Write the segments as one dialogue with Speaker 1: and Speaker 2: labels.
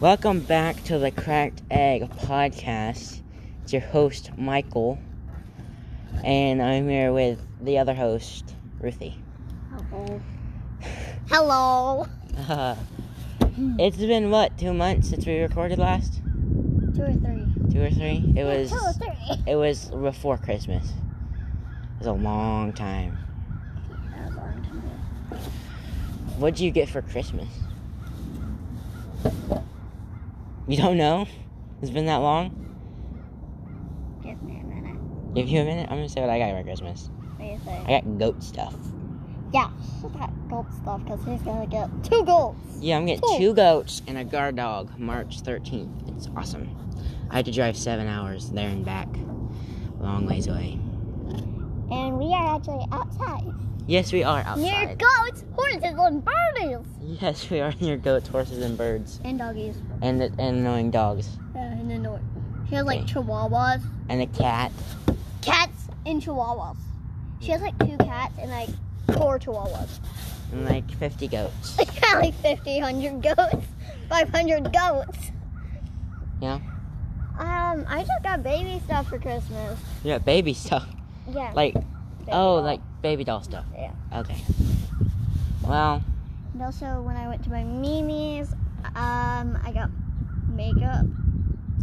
Speaker 1: Welcome back to the Cracked Egg podcast. It's your host, Michael, and I'm here with the other host, Ruthie.
Speaker 2: Hello. Hello.
Speaker 1: it's been what, two months since we recorded last?
Speaker 2: Two or three.
Speaker 1: Two or three? It was
Speaker 2: Two or three.
Speaker 1: it was before Christmas. It was a long time.
Speaker 2: That was a long time ago.
Speaker 1: What'd you get for Christmas? You don't know? It's been that long?
Speaker 2: Give me a minute.
Speaker 1: Give you a minute. I'm gonna say what I got for Christmas.
Speaker 2: What do you
Speaker 1: I
Speaker 2: think?
Speaker 1: got goat stuff.
Speaker 2: Yeah, she got gold stuff because he's gonna get two golds.
Speaker 1: Yeah, I'm getting
Speaker 2: Cool.
Speaker 1: two goats and a guard dog March 13th. It's awesome. I had to drive seven hours there and back. Long ways away.
Speaker 2: And we are actually outside.
Speaker 1: Yes, we are
Speaker 2: Near
Speaker 1: outside.
Speaker 2: goats, horses, and barbies.
Speaker 1: Yes, we are near goats, horses, and birds.
Speaker 2: And doggies.
Speaker 1: And, and annoying dogs.
Speaker 2: Uh, and then there- she has
Speaker 1: Okay.
Speaker 2: like chihuahuas,
Speaker 1: And a cat.
Speaker 2: cats, and chihuahuas. She has like two cats and like four chihuahuas.
Speaker 1: And like 50 goats.
Speaker 2: Like got like 50, 100 goats, 500 goats.
Speaker 1: Yeah.
Speaker 2: Um, I just got baby stuff for Christmas.
Speaker 1: You got baby stuff.
Speaker 2: Yeah.
Speaker 1: Like,
Speaker 2: baby
Speaker 1: oh,
Speaker 2: doll.
Speaker 1: like baby doll stuff.
Speaker 2: Yeah.
Speaker 1: Okay. Well,
Speaker 2: And also, when I went to my Mimi's, um, I got makeup.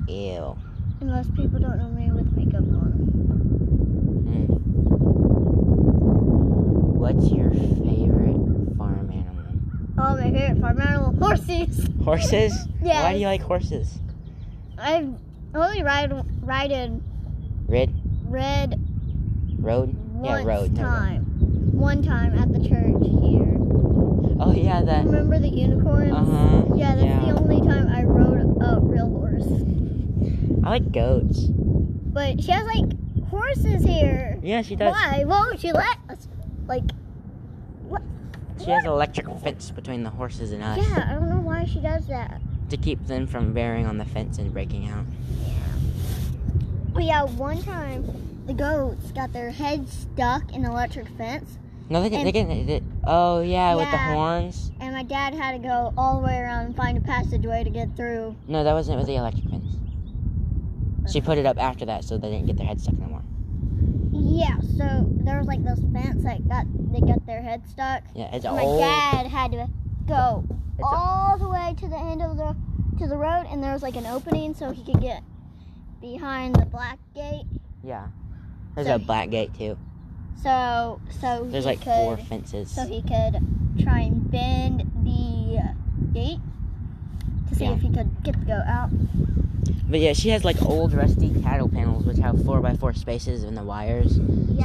Speaker 1: ew.
Speaker 2: And most people don't know me with makeup on.
Speaker 1: Hmm. What's your favorite farm animal?
Speaker 2: Oh, my favorite farm animal, horses.
Speaker 1: Horses? Why do
Speaker 2: Yes.
Speaker 1: you like horses?
Speaker 2: I've only ride ridden
Speaker 1: Red?
Speaker 2: red
Speaker 1: Road? yeah, road.
Speaker 2: once
Speaker 1: no, road.
Speaker 2: time. One time at the church here.
Speaker 1: Oh, yeah, that.
Speaker 2: Remember the unicorns?
Speaker 1: Uh huh.
Speaker 2: Yeah, that's
Speaker 1: yeah.
Speaker 2: the only time I rode a real horse.
Speaker 1: I like goats.
Speaker 2: But she has like horses here.
Speaker 1: Yeah, she does.
Speaker 2: Why won't she let us? Like, what?
Speaker 1: She has an electric fence between the horses and us
Speaker 2: Yeah, I don't know why she does that.
Speaker 1: to keep them from bearing on the fence and breaking out.
Speaker 2: But yeah, one time the goats got their heads stuck in the electric fence,
Speaker 1: No, they can. They can they, oh, yeah, with the
Speaker 2: Yeah.
Speaker 1: horns.
Speaker 2: and my dad had to go all the way around and find a passageway to get through.
Speaker 1: No, that wasn't with the electric fence. She put it up after that so they didn't get their head stuck no more.
Speaker 2: Yeah, so there was like this fence that got they got their head stuck.
Speaker 1: Yeah, it's
Speaker 2: And Oh my Oh.
Speaker 1: old.
Speaker 2: dad had to go
Speaker 1: It's a-
Speaker 2: all the way to the end of the to the road, and there was like an opening so he could get behind the black gate.
Speaker 1: Yeah. There's
Speaker 2: So-
Speaker 1: a black gate too.
Speaker 2: So so
Speaker 1: There's
Speaker 2: he
Speaker 1: like
Speaker 2: could
Speaker 1: four fences.
Speaker 2: so he could try and bend the uh, gate to see
Speaker 1: Yeah.
Speaker 2: if he could get the goat out.
Speaker 1: But yeah, she has like old rusty cattle panels which have four by four spaces in the wires. So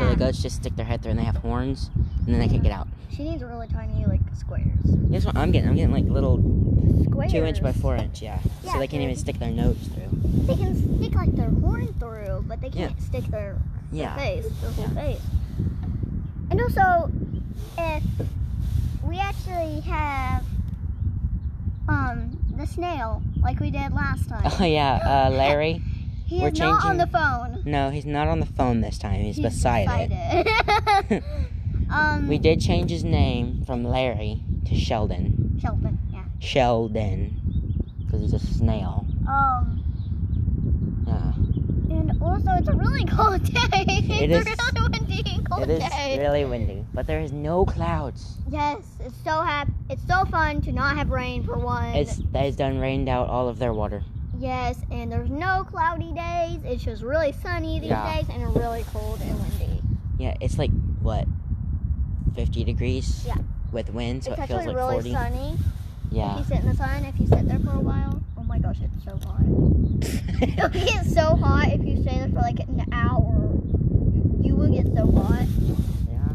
Speaker 1: the goats just stick their head through and they have horns and then they can't get out.
Speaker 2: she needs really tiny like squares.
Speaker 1: That's what I'm getting. I'm getting like little
Speaker 2: Squares.
Speaker 1: two inch by four inch, yeah.
Speaker 2: Yeah,
Speaker 1: so they can't
Speaker 2: so-
Speaker 1: even stick their nose through.
Speaker 2: They can stick like their horn through, but they can't stick their
Speaker 1: Yeah.
Speaker 2: face, their whole face. And also, if we actually have um the snail like we did last time,
Speaker 1: Oh yeah, uh, Larry.
Speaker 2: he
Speaker 1: we're
Speaker 2: is not
Speaker 1: changing-
Speaker 2: on the phone.
Speaker 1: No, he's not on the phone this time. He's, beside, it.
Speaker 2: it. um,
Speaker 1: We did change his name from Larry to Sheldon.
Speaker 2: Shelton, yeah.
Speaker 1: Sheldon, because he's a snail.
Speaker 2: Um,
Speaker 1: Yeah.
Speaker 2: and also it's a really cold day.
Speaker 1: It
Speaker 2: it's
Speaker 1: is-
Speaker 2: a really windy and cold
Speaker 1: It is
Speaker 2: day.
Speaker 1: really windy, but there is no clouds.
Speaker 2: Yes, it's so hap- It's so fun to not have rain for one.
Speaker 1: It's that has done rained out all of their water.
Speaker 2: yes, and there's no cloudy days. It's just really sunny these
Speaker 1: Yeah.
Speaker 2: days and really cold and windy.
Speaker 1: Yeah, it's like what, 50 degrees.
Speaker 2: Yeah.
Speaker 1: With wind, so
Speaker 2: it's
Speaker 1: it feels
Speaker 2: actually
Speaker 1: like 40.
Speaker 2: really sunny. If
Speaker 1: Yeah.
Speaker 2: you sit in the sun, if you sit there for a while, oh my gosh, it's so hot. It'll get so hot if you stay there for like an hour. You will get so hot.
Speaker 1: yeah.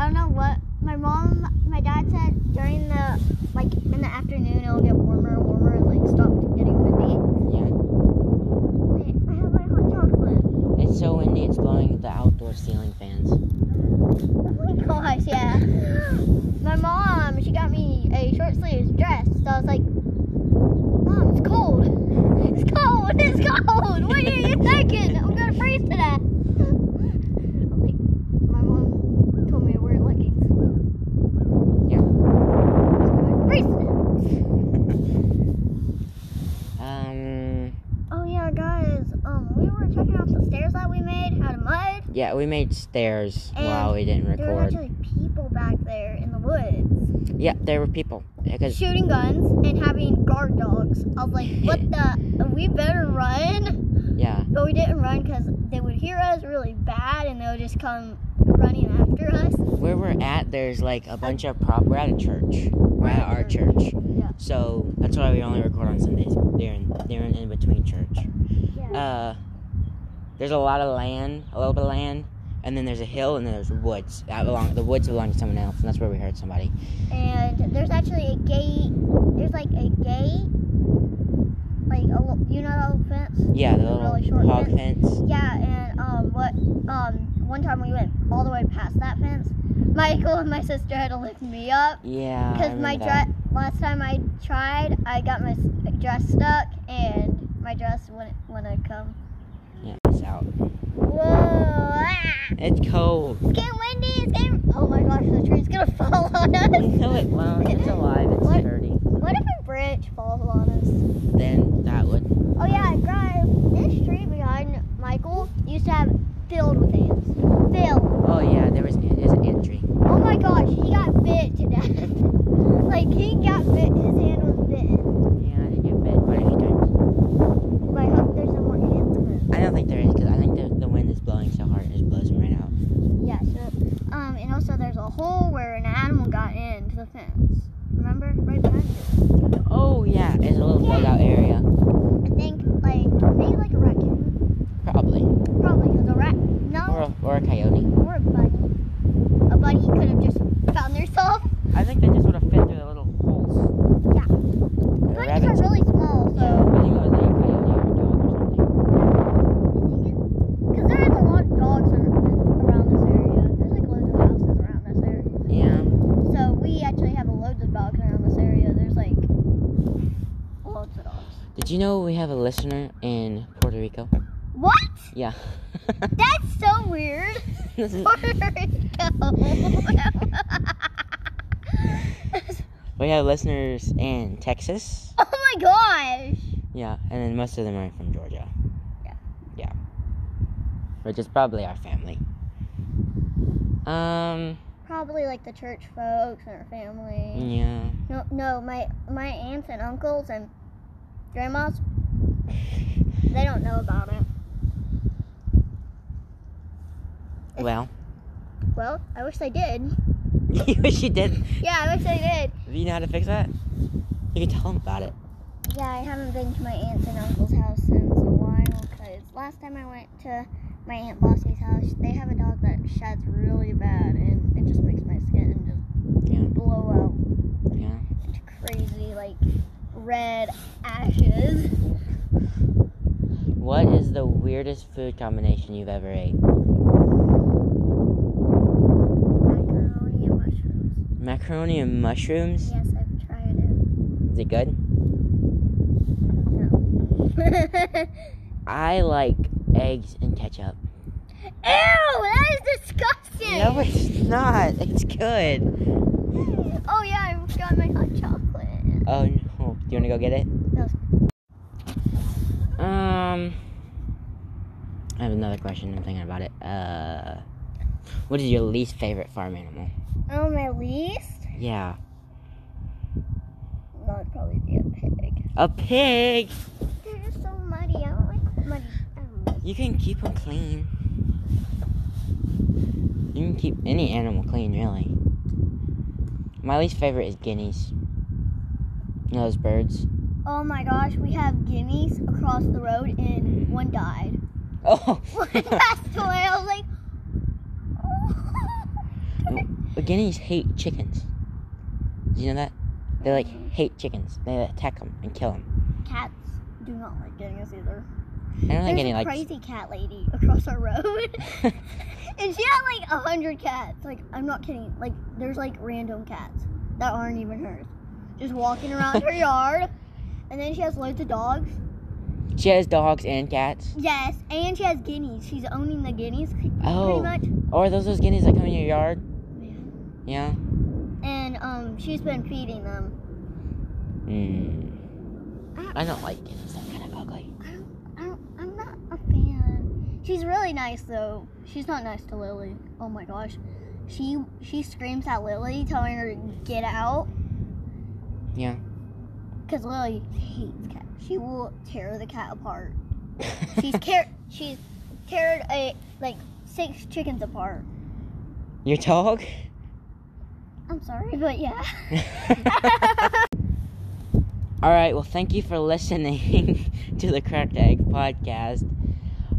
Speaker 2: I don't know what my mom, my dad said during the like in the afternoon it'll get warmer and warmer and like stop getting windy.
Speaker 1: Yeah.
Speaker 2: Wait, I have my hot chocolate.
Speaker 1: It's so windy. It's blowing the outdoor ceiling fans.
Speaker 2: Oh my gosh, yeah. My mom, she got me a short sleeves dress, so I was like, Mom, it's cold. It's cold. It's cold. What are you thinking? I'm gonna freeze to death. I was like, my mom told me to wear leggings.
Speaker 1: Um,
Speaker 2: Oh um,
Speaker 1: Yeah, we made stairs
Speaker 2: And
Speaker 1: while we didn't
Speaker 2: There were
Speaker 1: record.
Speaker 2: actually people back there in the woods
Speaker 1: yeah, there were people. Because
Speaker 2: shooting guns and having guard dogs. I was like, what the? We better run.
Speaker 1: yeah,
Speaker 2: But we didn't run because they would hear us really bad and they would just come running after us.
Speaker 1: where we're at, there's like a bunch of prop. We're at a church. We're at our church.
Speaker 2: Yeah.
Speaker 1: So that's why we only record on Sundays. During during in between church.
Speaker 2: Yeah.
Speaker 1: Uh, there's a lot of land, a little bit of land, and then there's a hill, and then there's woods. That belong, the woods belong to someone else, and that's where we heard somebody.
Speaker 2: And there's actually a gate. There's like a gate. Like, a, lo- you know that little fence?
Speaker 1: Yeah, the
Speaker 2: A
Speaker 1: little
Speaker 2: really short
Speaker 1: hog fence.
Speaker 2: Yeah, and um, what um, one time we went all the way past that fence. Michael and my sister had to lift me up
Speaker 1: Yeah, Uh, I
Speaker 2: because my
Speaker 1: remember that.
Speaker 2: dress. Last time I tried, I got my s- dress stuck, and my dress wouldn't want to come.
Speaker 1: Yeah, it's out.
Speaker 2: Whoa! Ah!
Speaker 1: It's cold.
Speaker 2: It's getting windy. It's getting. Oh my gosh, the tree's gonna fall on us.
Speaker 1: No, it won't. It's alive. It's
Speaker 2: What?
Speaker 1: sturdy.
Speaker 2: What if a branch falls on us?
Speaker 1: Then that would.
Speaker 2: Oh yeah, guys, this tree behind Michael used to have filled with ants. Filled.
Speaker 1: Oh yeah, there was there's an entry.
Speaker 2: Oh my gosh, he got bit to death. like he got bit, his hand was bitten.
Speaker 1: Yeah, I did get bit quite a few times.
Speaker 2: But I hope there's no more ants in it.
Speaker 1: I don't think there is because I think the, the wind is blowing so hard it just blows them right out.
Speaker 2: Yeah, so um and also there's a hole where an animal got into the fence. Remember? Right behind it.
Speaker 1: Oh yeah, it's a little dug out area.
Speaker 2: I think like maybe like a raccoon.
Speaker 1: Probably.
Speaker 2: Probably because a
Speaker 1: Or
Speaker 2: rat no
Speaker 1: a, or a coyote.
Speaker 2: or a bunny. A bunny could have just found herself.
Speaker 1: I think they just would have fit through the little holes.
Speaker 2: Yeah.
Speaker 1: The
Speaker 2: Bunnies
Speaker 1: rabbits.
Speaker 2: are really small,
Speaker 1: Yeah,
Speaker 2: so
Speaker 1: I think it was like a coyote or a dog or something.
Speaker 2: because there is a lot of dogs ar- around this area. There's like loads of houses around this area.
Speaker 1: Yeah.
Speaker 2: So we actually have a loads of dogs around this area. There's like loads of dogs.
Speaker 1: Did you know we have a listener in Puerto Rico?
Speaker 2: What?
Speaker 1: Yeah.
Speaker 2: That's so weird.
Speaker 1: This is-
Speaker 2: Puerto Rico.
Speaker 1: we have listeners in Texas.
Speaker 2: oh my gosh.
Speaker 1: Yeah, and then most of them are from Georgia.
Speaker 2: Yeah.
Speaker 1: Yeah. Which is probably our family. Um.
Speaker 2: Probably like the church folks and our family.
Speaker 1: Yeah.
Speaker 2: No, no, my my aunts and uncles and grandmas. They don't know about it.
Speaker 1: Well,
Speaker 2: Well, I wish they did.
Speaker 1: you wish you did.
Speaker 2: Yeah, I wish they did.
Speaker 1: Do you know how to fix that? You can tell them about it.
Speaker 2: Yeah, I haven't been to my aunt's and uncle's house since a while because last time I went to my aunt Bossy's house, they have a dog that sheds really bad and it just makes my skin just
Speaker 1: Yeah.
Speaker 2: blow out.
Speaker 1: Yeah.
Speaker 2: It's crazy, like red ashes.
Speaker 1: What is the weirdest food combination you've ever ate?
Speaker 2: Macaroni and mushrooms.
Speaker 1: Macaroni and mushrooms?
Speaker 2: Yes, I've tried it.
Speaker 1: Is it good? I like eggs and ketchup.
Speaker 2: Ew, that is disgusting.
Speaker 1: No, it's not. It's good.
Speaker 2: Oh yeah, I forgot my hot chocolate.
Speaker 1: Oh no. Do you want to go get it?
Speaker 2: No.
Speaker 1: Um. I have another question. I'm thinking about it. Uh. What is your least favorite farm animal?
Speaker 2: Oh, my least?
Speaker 1: Yeah.
Speaker 2: That would probably be a pig.
Speaker 1: A pig!
Speaker 2: They're just so muddy. Um, I don't like muddy. animals.
Speaker 1: You can keep them clean. You can keep any animal clean, really. My least favorite is guineas. You know those birds?
Speaker 2: Oh my gosh, we have guineas across the road and one died.
Speaker 1: Oh!
Speaker 2: One passed away. I was like,
Speaker 1: But guineas hate chickens. Do you know that? They like hate chickens. They attack them and kill them.
Speaker 2: cats do not like guineas either.
Speaker 1: I don't think
Speaker 2: There's
Speaker 1: any
Speaker 2: a
Speaker 1: like.
Speaker 2: crazy cat lady across our road, and she had like a hundred cats. Like I'm not kidding. Like there's like random cats that aren't even hers, just walking around her yard. And then she has loads of dogs.
Speaker 1: She has dogs and cats.
Speaker 2: Yes, and she has guineas. She's owning the guineas pretty
Speaker 1: Oh,
Speaker 2: much.
Speaker 1: or are those those guineas that come in your yard?
Speaker 2: Yeah.
Speaker 1: Yeah.
Speaker 2: and um, she's been feeding them.
Speaker 1: Mm.
Speaker 2: I-
Speaker 1: I don't like guineas. They're kind of ugly.
Speaker 2: I don't, I'm not a fan. She's really nice though. She's not nice to Lily. Oh my gosh. She she screams at Lily, telling her to get out.
Speaker 1: Yeah.
Speaker 2: Because Lily hates cats. She will tear the cat apart. She's tear she's teared a like six chickens apart.
Speaker 1: Your dog?
Speaker 2: I'm sorry, but yeah.
Speaker 1: All right. Well, thank you for listening to the Cracked Egg podcast.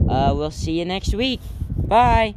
Speaker 1: Uh, we'll see you next week. Bye.